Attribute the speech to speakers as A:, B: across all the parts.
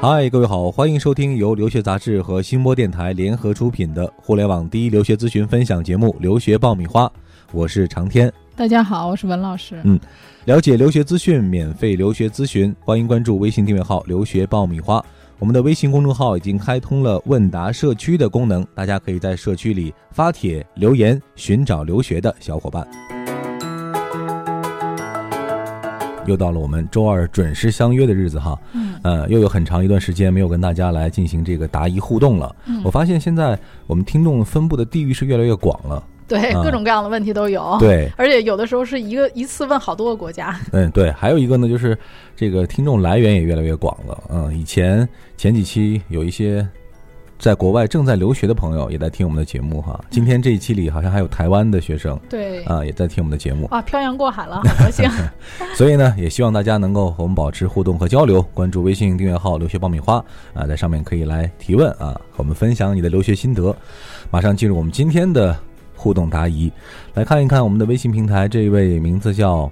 A: 嗨，各位好，欢迎收听由留学杂志和新播电台联合出品的互联网第一留学咨询分享节目《留学爆米花》，我是长天。
B: 大家好，我是文老师。
A: 嗯了解留学资讯，免费留学咨询，欢迎关注微信订阅号“留学爆米花”。我们的微信公众号已经开通了问答社区的功能，大家可以在社区里发帖留言，寻找留学的小伙伴。又到了我们周二准时相约的日子哈，
B: 嗯
A: 呃，又有很长一段时间没有跟大家来进行这个答疑互动了。
B: 嗯
A: 我发现现在我们听众分布的地域是越来越广了，
B: 对，
A: 啊
B: 各种各样的问题都有。，
A: 对，
B: 而且有的时候是一个一次问好多个 国家。
A: 嗯，对，还有一个呢，就是这个听众来源也越来越广了。嗯，以前前几期有一些在国外正在留学的朋友也在听我们的节目哈。今天这一期里好像还有台湾的学生
B: 对，
A: 啊、也在听我们的节目，
B: 啊，漂洋过海了，好 高兴。
A: 所以呢，也希望大家能够和我们保持互动和交流，关注微信订阅号“留学爆米花”啊、在上面可以来提问啊，和我们分享你的留学心得。马上进入我们今天的互动答疑，来看一看我们的微信平台这一位名字叫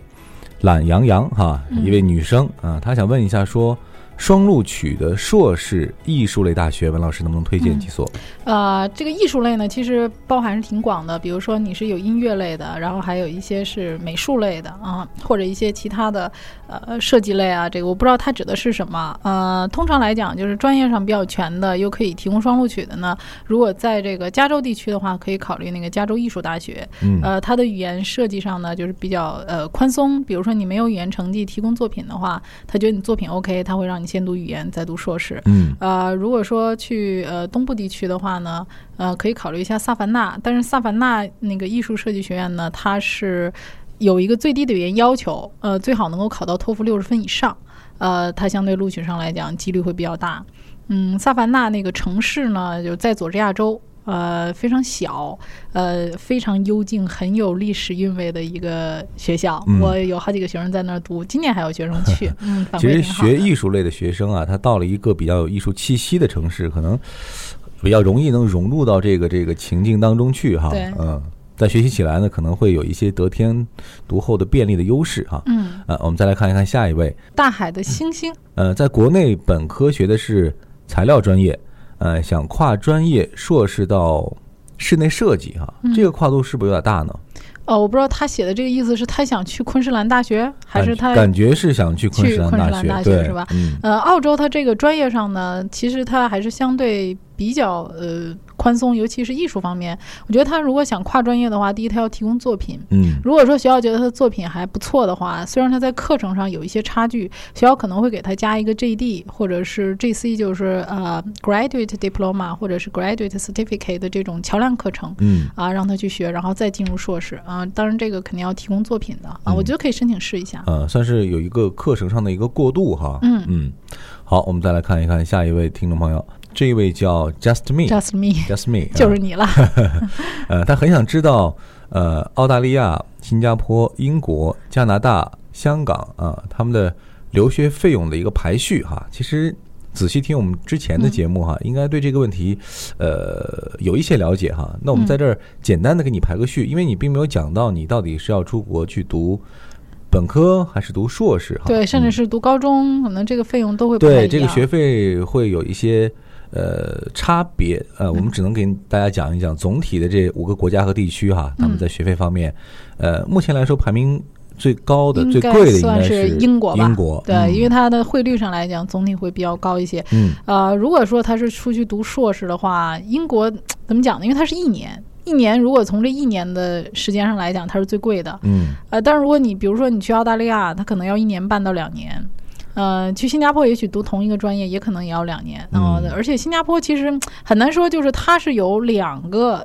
A: 懒羊羊哈，
B: 嗯
A: 一位女生啊，她想问一下说。双录取的硕士艺术类大学，文老师能不能推荐几所？
B: 呃，这个艺术类呢，其实包含是挺广的，比如说你是有音乐类的，然后还有一些是美术类的啊，或者一些其他的呃设计类啊，这个我不知道它指的是什么。呃，通常来讲，就是专业上比较全的，又可以提供双录取的呢，如果在这个加州地区的话，可以考虑那个加州艺术大学。
A: 嗯
B: 呃，它的语言设计上呢，就是比较呃宽松。比如说你没有语言成绩提供作品的话，他觉得你作品 OK，他会让你先读语言，再读硕士。
A: 嗯
B: 呃，如果说去呃东部地区的话呢，呃，可以考虑一下萨凡纳。但是萨凡纳那个艺术设计学院呢，它是有一个最低的语言要求，呃，最好能够考到托福六十分以上。呃，它相对录取上来讲几率会比较大。嗯，萨凡纳那个城市呢，就在佐治亚州。呃，非常小，呃，非常幽静，很有历史韵味的一个学校。
A: 嗯
B: 我有好几个学生在那儿读，今年还有学生 去，嗯，反
A: 其
B: 馈
A: 实
B: 挺好的。
A: 学艺术类的学生啊，他到了一个比较有艺术气息的城市，可能比较容易能融入到这个这个情境当中去哈
B: 对。
A: 嗯，在学习起来呢，可能会有一些得天独厚的便利的优势哈。
B: 嗯，
A: 呃，我们再来看一看下一位，
B: 大海的星星。
A: 呃，在国内本科学的是材料专业，呃，想跨专业硕士到室内设计哈，
B: 嗯
A: 这个跨度是不是有点大呢？
B: 哦，我不知道他写的这个意思是他想去昆士兰大学，还是他
A: 感感觉是想去昆
B: 去
A: 士兰
B: 昆士
A: 大
B: 兰
A: 学，
B: 大学
A: 对
B: 是吧？
A: 嗯
B: 呃，澳洲它这个专业上呢，其实它还是相对比较呃宽松，尤其是艺术方面。我觉得他如果想跨专业的话，第一他要提供作品。
A: 嗯
B: 如果说学校觉得他的作品还不错的话，虽然他在课程上有一些差距，学校可能会给他加一个 JD 或者是 GC，就是呃 Graduate Diploma 或者是 Graduate Certificate 的这种桥梁课程。
A: 嗯
B: 啊，让他去学，然后再进入硕士啊。当然，这个肯定要提供作品的啊，
A: 嗯
B: 我觉得可以申请试一下。
A: 呃，算是有一个课程上的一个过渡哈。
B: 嗯
A: 嗯，好，我们再来看一看下一位听众朋友，这一位叫 Just Me。
B: Just me，
A: Just me，啊
B: 就是你了。
A: 呃，他很想知道，呃，澳大利亚、新加坡、英国、加拿大、香港啊，他们的留学费用的一个排序哈。其实仔细听我们之
B: 嗯
A: 前的节目哈，应该对这个问题，呃，有一些了解哈。那我
B: 嗯
A: 们在这儿简单的给你排个序，因为你并没有讲到你到底是要出国去读本科还是读硕士哈。
B: 对，甚至
A: 嗯
B: 是读高中，可能这个费用都会不太一
A: 对
B: 样。
A: 这个学费会有一些呃差别，呃，
B: 嗯
A: 我们只能给大家讲一讲总体的这五个国家和地区
B: 嗯
A: 哈，他们在学费方面，呃，目前来说排名最高的、
B: 应
A: 最
B: 该
A: 贵的应
B: 算
A: 该
B: 是
A: 英
B: 英国吧
A: 国
B: 对，因为
A: 为
B: 它的汇率上来讲，总体会比较高一些。
A: 嗯
B: 呃，如果说他是出去读硕士的话，英国怎么讲呢？因为它是一年，一年如果从这一年的时间上来讲，它是最贵的。
A: 嗯
B: 呃，但是如果你比如说你去澳大利亚，它可能要一年半到两年。呃，去新加坡也许读同一个专业，也可能也要两年。呃
A: 嗯
B: 而且新加坡其实嗯很难说，就是它是有两个，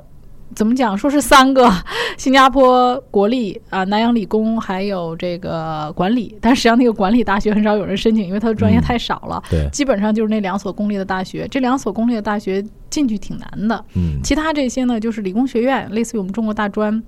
B: 怎么讲，说是三个新加坡国立啊、南洋理工还有这个管理，但实际上那个管理大学很少有人申请，因为它的专业
A: 嗯
B: 太少了，
A: 对
B: 基本上就是那两所公立的大学。这两所公立的大学进去挺难的，
A: 嗯
B: 其他这些呢，就是理工学院，类似于我们中国大专，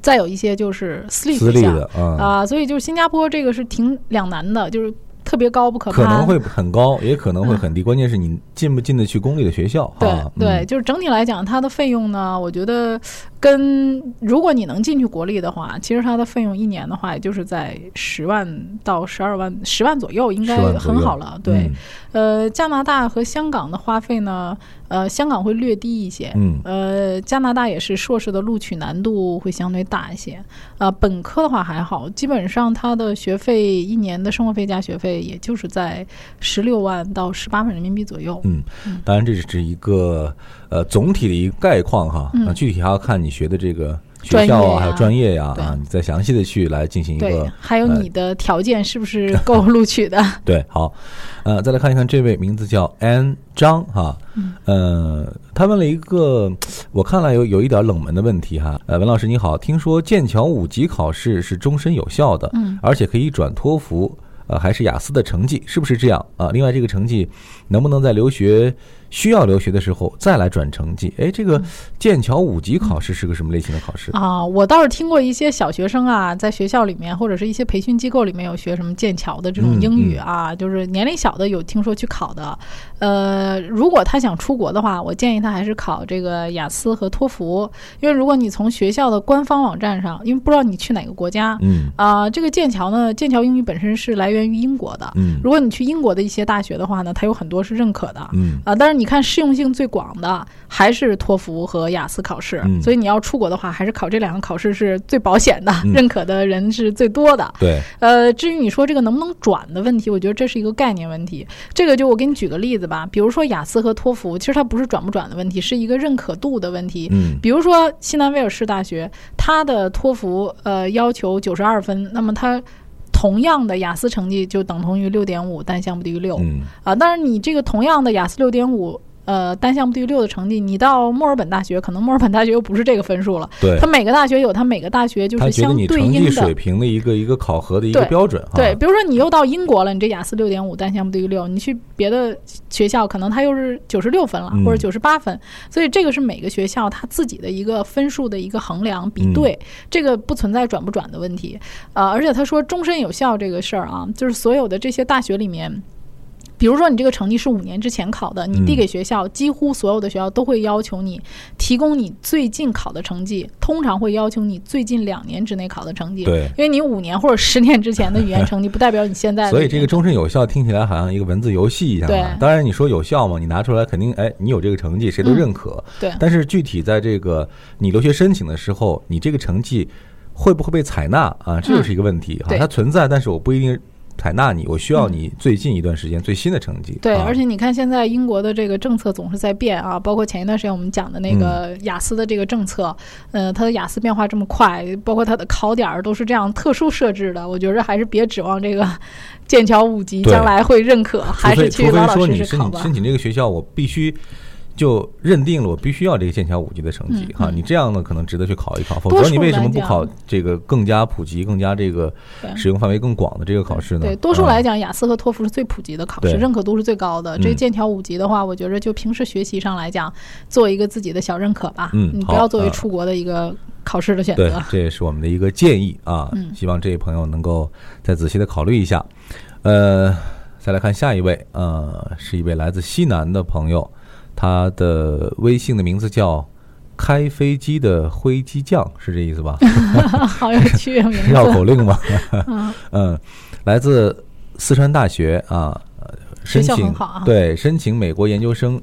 B: 再有一些就是私立
A: 私
B: 学
A: 立
B: 校
A: 的啊。
B: 啊、所以就是新加坡这个是挺两难的，就是特别高不可
A: 可
B: 攀。
A: 能会啊很高，也可能会很低，关键是你进不进得去公立的学校
B: 对
A: 哈。
B: 对，
A: 嗯
B: 就是整体来讲，它的费用呢，我觉得跟如果你能进去国立的话，其实它的费用一年的话，也就是在十万到十二万、十万左右，应该
A: 10万左
B: 很
A: 右
B: 好了。
A: 嗯
B: 对，呃，加拿大和香港的花费呢，呃，香港会略低一些。
A: 嗯，
B: 呃，加拿大也是硕士的录取难度会相对大一些，呃，本科的话还好，基本上它的学费一年的生活费加学费也就是在十六万到十八万人民币左右。
A: 嗯，当然这只是一个呃总体的一个概况哈，
B: 嗯
A: 那具体还要看你学的这个
B: 专
A: 学
B: 业
A: 校
B: 呀
A: 啊，还有专业呀
B: 对
A: 啊，你再详细的去来进行一
B: 对
A: 个，
B: 还有
A: 呃
B: 你的条件是不是够录取的？
A: 对，好，呃，再来看一看这位名字叫 An 张哈，
B: 嗯
A: 呃，他问了一个我看来有有一点冷门的问题哈，呃，文老师你好，听说剑桥五级考试是终身有效的，
B: 嗯，
A: 而且可以转托福，呃，还是雅思的成绩，是不是这样啊？另外，这个成绩能不能在留学需要留学的时候再来转成绩？哎，这
B: 嗯
A: 个剑桥五级考试是个什么类型的考试？
B: 啊，我倒是听过一些小学生啊，在学校里面或者是一些培训机构里面有学什么剑桥的这种
A: 嗯
B: 英语啊，就是年龄小的有听说去考的。呃，如果他想出国的话，我建议他还是考这个雅思和托福，因为如果你从学校的官方网站上，因为不知道你去哪个国家
A: 嗯
B: 啊、这个剑桥呢，剑桥英语本身是来源于英国的。
A: 嗯
B: 如果你去英国的一些大学的话呢，它有很多是认可的。
A: 嗯
B: 啊，但是你看适用性最广的还是托福和雅思考试，
A: 嗯
B: 所以你要出国的话，还是考这两个考试是最保险的，
A: 嗯
B: 认可的人是最多的。
A: 对，
B: 呃，至于你说这个能不能转的问题，我觉得这是一个概念问题。这个就我给你举个例子吧，比如说雅思和托福，其实它不是转不转的问题，是一个认可度的问题。
A: 嗯
B: 比如说西南威尔士大学，它的托福呃要求九十二分，那么它同样的雅思成绩就等同于六点五，单项不低于六。
A: 嗯
B: 啊，当然你这个同样的雅思六点五。呃，单项不低于六的成绩，你到墨尔本大学，可能墨尔本大学又不是这个分数了。
A: 对
B: 它。每个大学有它每个大学就
A: 他
B: 是
A: 觉得
B: 相
A: 你
B: 对
A: 成
B: 应
A: 绩水
B: 的。
A: 平的一个一个考核的一个
B: 对
A: 标准啊哈，
B: 对，比如说你又到英国了，你这雅思六点五，单项不低于六，你去别的学校可能它又是九十六分了，
A: 嗯
B: 或者九十八分，所以这个是每个学校它自己的一个分数的一个衡量比对，
A: 嗯
B: 这个不存在转不转的问题。呃，而且他说终身有效这个事儿啊，就是所有的这些大学里面。比如说，你这个成绩是五年之前考的，你
A: 嗯
B: 递给学校，几乎所有的学校都会要求你提供你最近考的成绩，通常会要求你最近两年之内考的成绩。
A: 对
B: 因为你五年或者十年之前的语言成绩，不代表你现在的语
A: 所
B: 言。
A: 以这个终身有效听起来好像一个文字游戏一样啊
B: 对。嗯
A: 当然你说有效嘛，你拿出来肯定，哎，你有这个成绩，谁都认可。
B: 对
A: 但是具体在这个你留学申请的时候，你这个成绩会不会被采纳啊？这就是一个问题哈、
B: 嗯对嗯
A: 它存在，但是我不一定采纳你，我需要你最近一段时间最新的成绩。
B: 对，
A: 啊
B: 而且你看，现在英国的这个政策总是在变啊，包括前一段时间我们讲的那
A: 嗯
B: 个雅思的这个政策，呃，它的雅思变化这么快，包括它的考点儿都是这样特殊设置的，我觉着还是别指望这个剑桥五级
A: 对
B: 将来会认可，还
A: 除
B: 是
A: 非
B: 去
A: 除非
B: 老老
A: 说
B: 实
A: 你
B: 实
A: 申
B: 考
A: 请
B: 吧
A: 申。请这个学校，我必须。就认定了，我必须要这个剑桥五级的成绩
B: 嗯
A: 哈，
B: 嗯
A: 你这样呢可能值得去考一考，否
B: 多
A: 则你
B: 数
A: 为什
B: 来
A: 么不
B: 讲
A: 考这个更加普及、更加这个
B: 对
A: 使用范围更广的这个考试呢？
B: 对，多数
A: 啊
B: 来讲，雅思和托福是最普及的考试，
A: 对
B: 认可度是最高的。这
A: 嗯
B: 剑桥五级的话，我觉着就平时学习上来讲，做一个自己的小认可吧。
A: 嗯
B: 你不
A: 好
B: 要作为
A: 嗯
B: 出国的一个考试的选
A: 对
B: 择。，
A: 这也是我们的一个建议啊，
B: 嗯
A: 希望这位朋友能够再仔细的考虑一下。呃，再来看下一位，呃，是一位来自西南的朋友，他的微信的名字叫“开飞机的灰机匠”，是这意思吧？
B: 好有趣，啊 名字。
A: 绕口令吗？ 嗯，来自四川大学啊，呃
B: 学
A: 申
B: 校
A: 请
B: 很好啊
A: 对申请美国研究生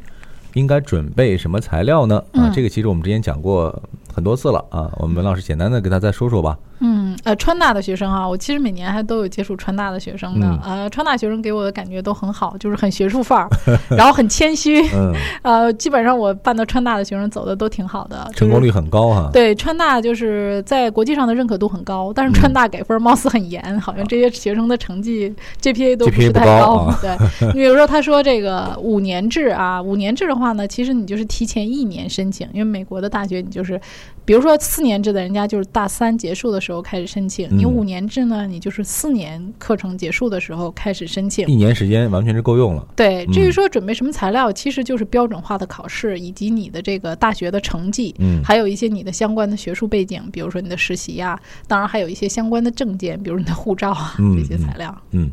A: 应该准备什么材料呢？啊，
B: 嗯
A: 这个其实我们之前讲过很多次了啊，我们文老师简单的给大家说说吧。
B: 嗯，呃，川大的学生啊，我其实每年还都有接触川大的学生
A: 嗯
B: 的。呃，川大学生给我的感觉都很好，就是很学术范儿， 然后很谦虚。
A: 嗯，
B: 呃，基本上我办的川大的学生走的都挺好的，
A: 成功
B: 率。
A: 率很高哈。
B: 对川大就是在国际上的认可度很高，但是川
A: 嗯
B: 大给分貌似很严，好像这些学生的成绩 GPA 都不
A: GPA
B: 是
A: 不
B: 太
A: 高
B: 高。
A: 啊
B: 对，你比如说他说这个五年制啊，五年制的话呢，其实你就是提前一年申请，因为美国的大学你就是，比如说四年制的，人家就是大三结束的时候开始申请，你
A: 嗯
B: 五年制呢，你就是四年课程结束的时候开始申请。
A: 一年时间完全是够用了。
B: 对，至于
A: 嗯
B: 说准备什么材料，其实就是标准化的考试以及你的这个大学的成绩，
A: 嗯
B: 还有一些你的相关的学术背景，比如说你的实习呀、当然还有一些相关的证件，比如你的护照啊
A: 嗯
B: 这些材料。
A: 嗯，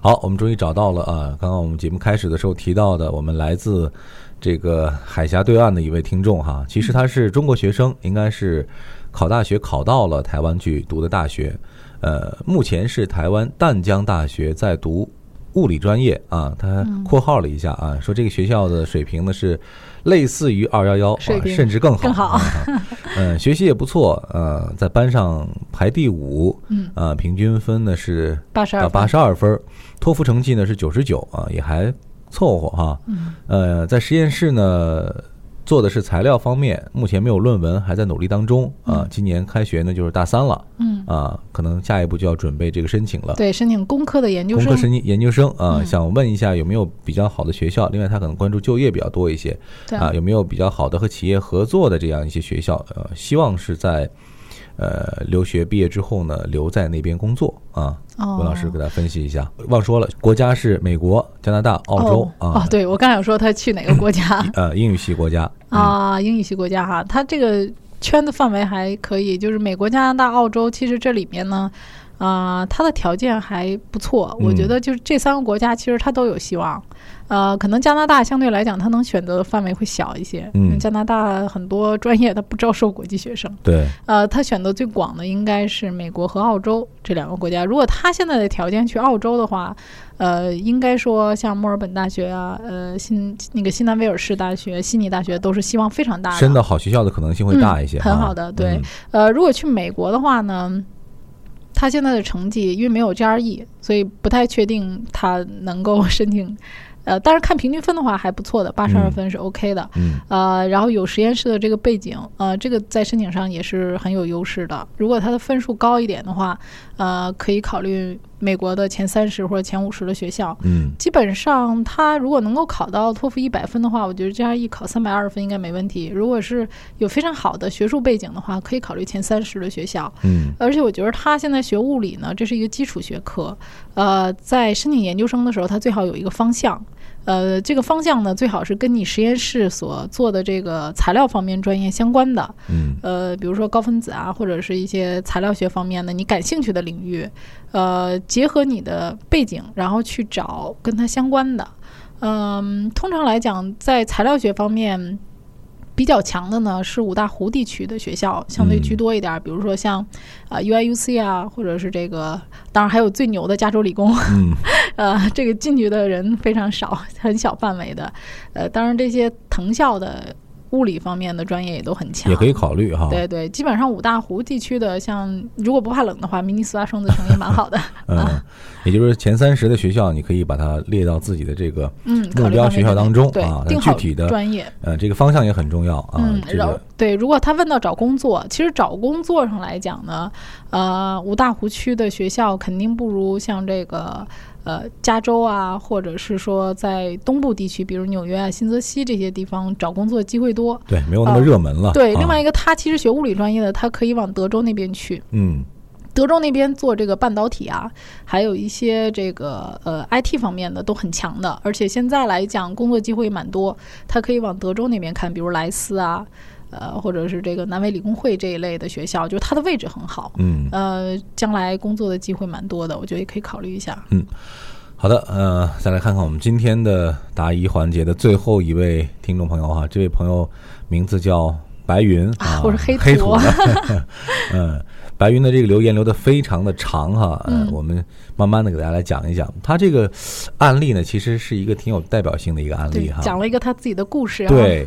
A: 好，我们终于找到了啊！刚刚我们节目开始的时候提到的，我们来自这个海峡对岸的一位听众哈，其实他是中国学生，应该是考大学考到了台湾去读的大学，呃，目前是台湾淡江大学在读物理专业啊。他
B: 嗯
A: 括号了一下啊，说这个学校的水平呢是类似于二幺幺，哇
B: 水平
A: 甚至更好，
B: 更好
A: 啊。 啊嗯，学习也不错，呃，在班上排第五，
B: 嗯，
A: 啊，平均分呢是
B: 八十
A: 啊
B: 二，
A: 八十二分儿，托福成绩呢是九十九啊，也还凑合哈。
B: 嗯
A: 呃，在实验室呢做的是材料方面，目前没有论文，还在努力当中啊。今年开学呢就是大三了
B: 嗯，
A: 啊，可能下一步就要准备这个申请了。
B: 对，申请工科的研究
A: 工
B: 生
A: 科，申研究生啊，
B: 嗯
A: 想问一下有没有比较好的学校？另外，他可能关注就业比较多一些
B: 对
A: 啊，有没有比较好的和企业合作的这样一些学校？呃，希望是在呃留学毕业之后呢，留在那边工作啊。
B: 哦
A: 文老师给大家分析一下。忘说了，国家是美国、加拿大、澳洲、
B: 哦
A: 啊
B: 哦，，对我刚想说他去哪个国家
A: 呃，英语系国家。嗯
B: 啊？英语系国家哈，他这个圈的范围还可以，就是美国、加拿大、澳洲，其实这里面呢。啊、它的条件还不错，我觉
A: 嗯
B: 得就是这三个国家其实它都有希望。呃，可能加拿大相对来讲，它能选择的范围会小一些。
A: 嗯
B: 因为加拿大很多专业它不招收国际学生。
A: 对，
B: 呃，他选择最广的应该是美国和澳洲这两个国家。如果他现在的条件去澳洲的话，呃，应该说像墨尔本大学啊，呃，新那个新南威尔士大学、悉尼大学都是希望非常大的。
A: 升到好学校的可能性会大一些
B: 嗯
A: 啊。
B: 很好的对
A: 嗯
B: 呃，如果去美国的话呢，他现在的成绩因为没有 GRE，所以不太确定他能够申请。呃，但是看平均分的话还不错的，八十二
A: 嗯
B: 分是 OK 的。
A: 嗯，
B: 呃，然后有实验室的这个背景，呃，这个在申请上也是很有优势的。如果他的分数高一点的话，呃，可以考虑美国的前三十或者前五十的学校。
A: 嗯
B: 基本上，他如果能够考到托福一百分的话，我觉得 GRE 考三百二十分应该没问题。如果是有非常好的学术背景的话，可以考虑前三十的学校。
A: 嗯
B: 而且我觉得他现在学物理呢，这是一个基础学科。呃，在申请研究生的时候，他最好有一个方向。呃，这个方向呢，最好是跟你实验室所做的这个材料方面专业相关的。
A: 嗯
B: 呃，比如说高分子啊，或者是一些材料学方面的你感兴趣的领域，呃，结合你的背景，然后去找跟它相关的。嗯，通常来讲，在材料学方面比较强的呢，是五大湖地区的学校相对居多一点儿，比如说像啊、UIUC 啊，或者是这个，当然还有最牛的加州理工，
A: 嗯
B: 呃，这个进去的人非常少，很小范围的。呃，当然这些藤校的物理方面的专业也都很强，
A: 也可以考虑哈。
B: 对对，基本上五大湖地区的，像如果不怕冷的话，明尼苏达双子城也蛮 好的。
A: 嗯，也就是前三十的学校，你可以把它列到自己的这个
B: 嗯，考
A: 目
B: 虑
A: 标
B: 方面
A: 学校
B: 的
A: 当中
B: 对
A: 啊，
B: 定
A: 但具
B: 好
A: 体的
B: 专业。
A: 呃这个方向也很重要啊
B: 嗯。，
A: 这
B: 然后
A: 个
B: 对，如果他问到找工作，其实找工作上来讲呢，呃，五大湖区的学校肯定不如像这个呃加州啊，或者是说在东部地区，比如纽约啊、新泽西这些地方找工作机会多。
A: 对没有那么
B: 啊
A: 热门了。
B: 对，
A: 啊
B: 另外一个他其实学物理专业的，他可以往德州那边去，
A: 嗯
B: 德州那边做这个半导体啊，还有一些这个呃 IT 方面的都很强的，而且现在来讲工作机会蛮多，他可以往德州那边看，比如莱斯啊，呃，或者是这个南美理工会这一类的学校，就是它的位置很好，
A: 嗯。
B: 呃，将来工作的机会蛮多的，我觉得也可以考虑一下。
A: 好的，呃，再来看看我们今天的答疑环节的最后一位听众朋友哈，这位朋友名字叫白云
B: 啊我是黑土
A: 黑 土的， 嗯，白云的这个留言留的非常的长哈，呃
B: 嗯
A: 我们慢慢的给大家来讲一讲，他这个案例呢，其实是一个挺有代表性的一个案例
B: 对
A: 哈，，
B: 讲了一个他自己的故事、啊，，
A: 对，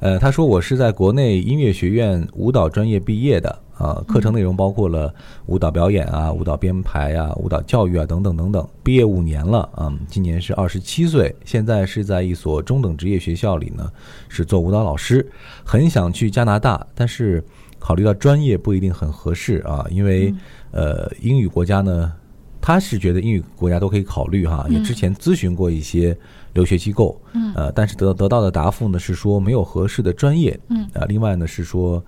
A: 呃，他说我是在国内音乐学院舞蹈专业毕业的啊，课程内容包括了舞蹈表演啊、舞蹈编排啊、舞蹈教育啊等等等等。毕业五年了啊，今年是二十七岁，现在是在一所中等职业学校里呢，是做舞蹈老师。很想去加拿大，但是考虑到专业不一定很合适啊，因为、呃，英语国家呢，他是觉得英语国家都可以考虑哈，也之前咨询过一些留学机构，
B: 嗯
A: 呃，但是得得到的答复呢是说没有合适的专业，
B: 嗯，
A: 呃，另外呢是说。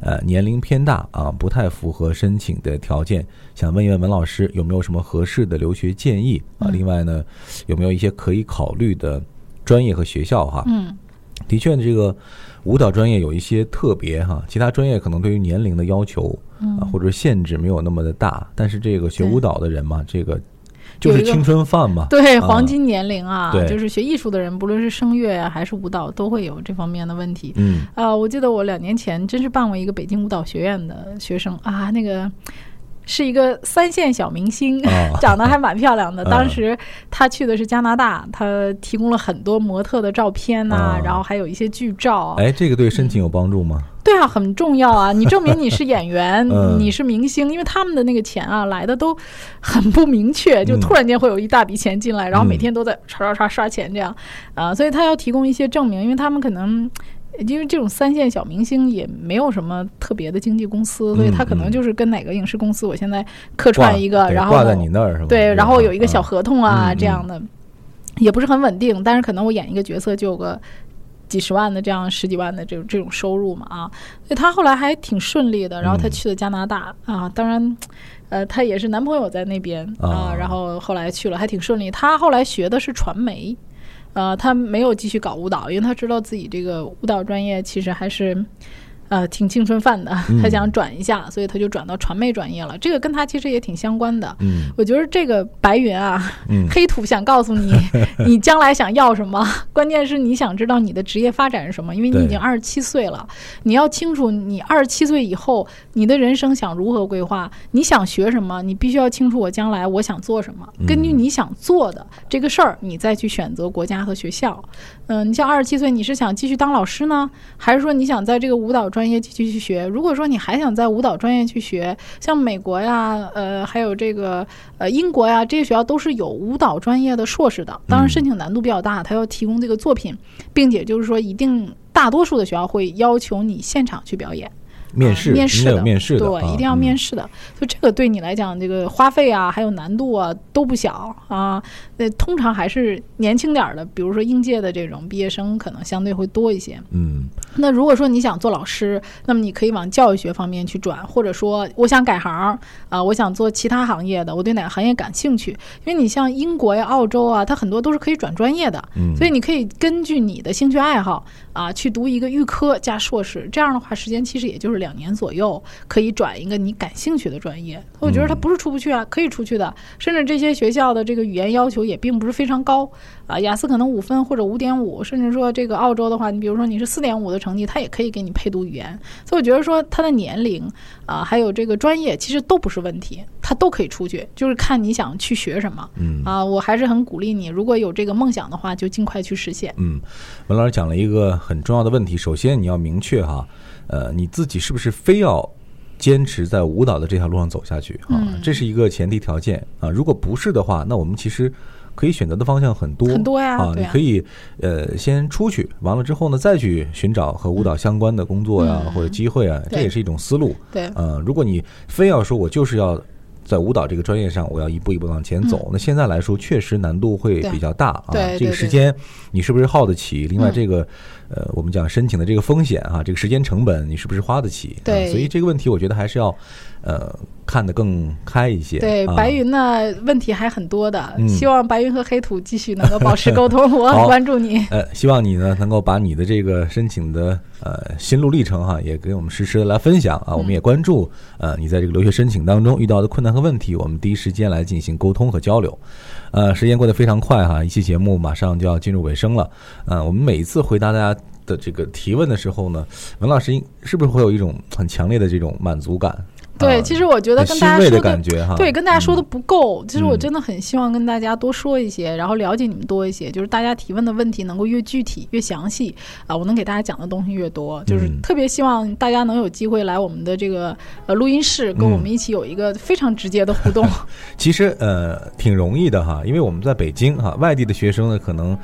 A: 呃，年龄偏大啊，不太符合申请的条件。想问一问文老师，有没有什么合适的留学建议啊？
B: 嗯
A: 另外呢，有没有一些可以考虑的专业和学校哈？
B: 嗯
A: 的确，这个舞蹈专业有一些特别哈，其他专业可能对于年龄的要求
B: 嗯
A: 啊，或者限制没有那么的大，但是这个学
B: 对
A: 舞蹈的人嘛，这个就是
B: 有一个
A: 青春饭嘛。
B: 对
A: 啊
B: 黄金年龄啊，
A: 对
B: 就是学艺术的人，不论是声乐啊还是舞蹈，都会有这方面的问题。
A: 嗯，
B: 啊，我记得我两年前真是办过一个北京舞蹈学院的学生啊，那个是一个三线小明星，
A: 啊
B: 长得还蛮漂亮的。
A: 嗯
B: 当时他去的是加拿大，他提供了很多模特的照片呐、
A: 啊
B: 然后还有一些剧照。啊
A: 哎，这个对申请有帮助吗？，
B: 对啊，很重要啊！你证明你是演员
A: 嗯
B: 你是明星，因为他们的那个钱啊来的都很不明确，就
A: 嗯
B: 突然间会有一大笔钱进来，然后每
A: 嗯
B: 天都在刷刷刷刷钱这样啊，所以他要提供一些证明，因为他们可能。因为这种三线小明星也没有什么特别的经纪公司，所以
A: 嗯
B: 他可能
A: 嗯
B: 就是跟哪个影视公司，我现在客
A: 挂
B: 串一个，
A: 对
B: 然后
A: 挂在你那儿是吧？
B: 对，然后有一个小
A: 啊
B: 合同啊、
A: 嗯
B: 这样的，也不是很稳定，但是可能我演一个角色就有个几十万的这样十几万的这种这种收入嘛啊，所以她后来还挺顺利的，然后她
A: 嗯
B: 去了加拿大、啊，当然。呃，她也是男朋友在那边啊、
A: 啊
B: 然后后来去了，还挺顺利。她后来学的是传媒，呃，她没有继续搞舞蹈，因为她知道自己这个舞蹈专业其实还是，呃，挺青春饭的。
A: 嗯
B: 她想转一下，所以她就转到传媒专业了。这个跟她其实也挺相关的。
A: 嗯
B: 我觉得这个白云啊，
A: 嗯
B: 黑土想告 诉你，你将来想要什么，关键是你想知道你的职业发展是什么，因为你
A: 对
B: 已经二十七岁了，你要清楚你二十七岁以后你的人生想如何规划，你想学什么，你必须要清楚我将来我想做什么，根据
A: 嗯
B: 你想做的这个事儿，你再去选择国家和学校。嗯、你像二十七岁，你是想继续当老师呢，还是说你想在这个舞蹈专业继续去学？如果说你还想在舞蹈专业去学，像美国呀，呃，还有这个呃英国呀，这些学校都是有舞蹈专业的硕士的。当
A: 嗯
B: 然，申请难度比较大，它要提供这个作品，并且就是说，一定大多数的学校会要求你现场去表演，
A: 面
B: 啊
A: 试
B: 面
A: 应
B: 试
A: 该
B: 的
A: 有面试的，啊嗯
B: 对，一定要面
A: 试。
B: 试的。所以这个对你来讲，这个花费啊，还有难度啊，都不小啊。那通常还是年轻点儿的，比如说应届的这种毕业生，可能相对会多一些。
A: 嗯
B: 那如果说你想做老师，那么你可以往教育学方面去转，或者说我想改行啊、我想做其他行业的，我对哪个行业感兴趣？因为你像英国呀、澳洲啊，它很多都是可以转专业的，
A: 嗯，
B: 所以你可以根据你的兴趣爱好啊去读一个预科加硕士，这样的话时间其实也就是两年左右，可以转一个你感兴趣的专业。我觉得它不是出不去啊，可以出去的，甚至这些学校的这个语言要求也并不是非常高啊，雅思可能五分或者五点五，甚至说这个澳洲的话，你比如说你是四点五的成绩，它也可以给你配读语言。所以我觉得说他的年龄啊，还有这个专业其实都不是问题，他都可以出去，就是看你想去学什么。
A: 嗯
B: 啊，我还是很鼓励你，如果有这个梦想的话，就尽快去实现。
A: 嗯，文老师讲了一个很重要的问题，首先你要明确哈，呃，你自己是不是非要坚持在舞蹈的这条路上走下去啊？
B: 嗯
A: 这是一个前提条件啊。如果不是的话，那我们其实可以选择的方向很多
B: 很多呀
A: 啊，你
B: 对呀
A: 可以呃先出去，完了之后呢再去寻找和舞蹈相关的工作呀、
B: 嗯
A: 或者机会啊，这
B: 对
A: 也是一种思路。
B: 对，
A: 呃，如果你非要说我就是要在舞蹈这个专业上，我要一步一步地往前走，那现在来说确实难度会
B: 嗯对
A: 比较大啊。
B: 对
A: 这
B: 对
A: 个时
B: 对
A: 间你是不是耗得起？另外
B: 嗯
A: 这个、呃，我们讲申请的这个风险啊，这个时间成本你是不是花得起？
B: 对
A: 啊，所以这个问题我觉得还是要呃看得更开一些。
B: 对，
A: 啊、
B: 白云呢问题还很多的，
A: 嗯
B: 希望白云和黑土继续能够保持 沟通，我很
A: 好
B: 关注你。
A: 呃，希望你呢能够把你的这个申请的呃心路历程哈、也给我们实时的来分享啊。我们
B: 嗯
A: 也关注呃你在这个留学申请当中遇到的困难和问题，我们第一时间来进行沟通和交流。呃，时间过得非常快哈、一期节目马上就要进入尾声了。呃，我们每一次回答大家的这个提问的时候呢，文老师应是不是会有一种很强烈的这种满足感？
B: 对，
A: 啊
B: 其实我觉得
A: 很
B: 跟
A: 欣
B: 大家
A: 慰
B: 说
A: 的
B: 的
A: 感觉哈。
B: 对，跟大家说的不够。其实我
A: 嗯
B: 真的很希望跟大家多说一些，然后了解你们多一些，就是大家提问的问题能够越具体、越详细啊，我能给大家讲的东西越多。就是
A: 嗯
B: 特别希望大家能有机会来我们的这个呃录音室，
A: 嗯
B: 跟我们一起有一个非常直接的互 动。
A: 其实呃挺容易的哈，因为我们在北京哈，外地的学生呢可能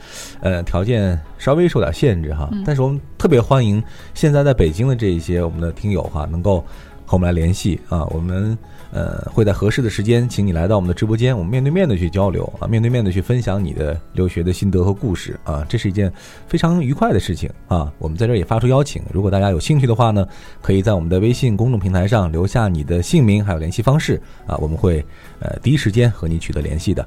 A: 呃条件稍微受点限制哈，但是我们特别欢迎现在在北京的这一些我们的听友哈，能够和我们来联系啊，我们。呃，会在合适的时间，请你来到我们的直播间，我们面对面的去交流啊，面对面的去分享你的留学的心得和故事啊，这是一件非常愉快的事情啊。我们在这儿也发出邀请，如果大家有兴趣的话呢，可以在我们的微信公众平台上留下你的姓名还有联系方式啊，我们会呃第一时间和你取得联系的。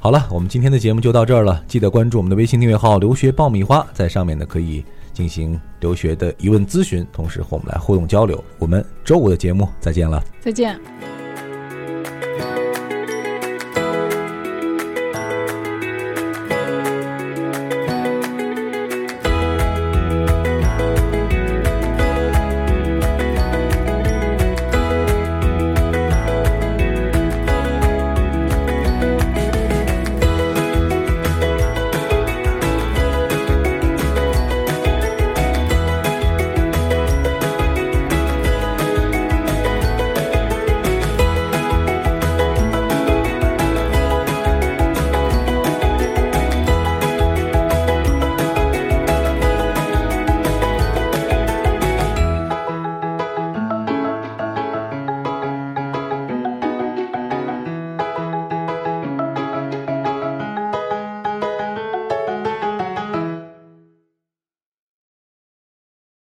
A: 好了，我们今天的节目就到这儿了，记得关注我们的微信订阅号“留学爆米花”，在上面呢可以进行留学的疑问咨询，同时和我们来互动交流。我们周五的节目再见了。
B: 再见。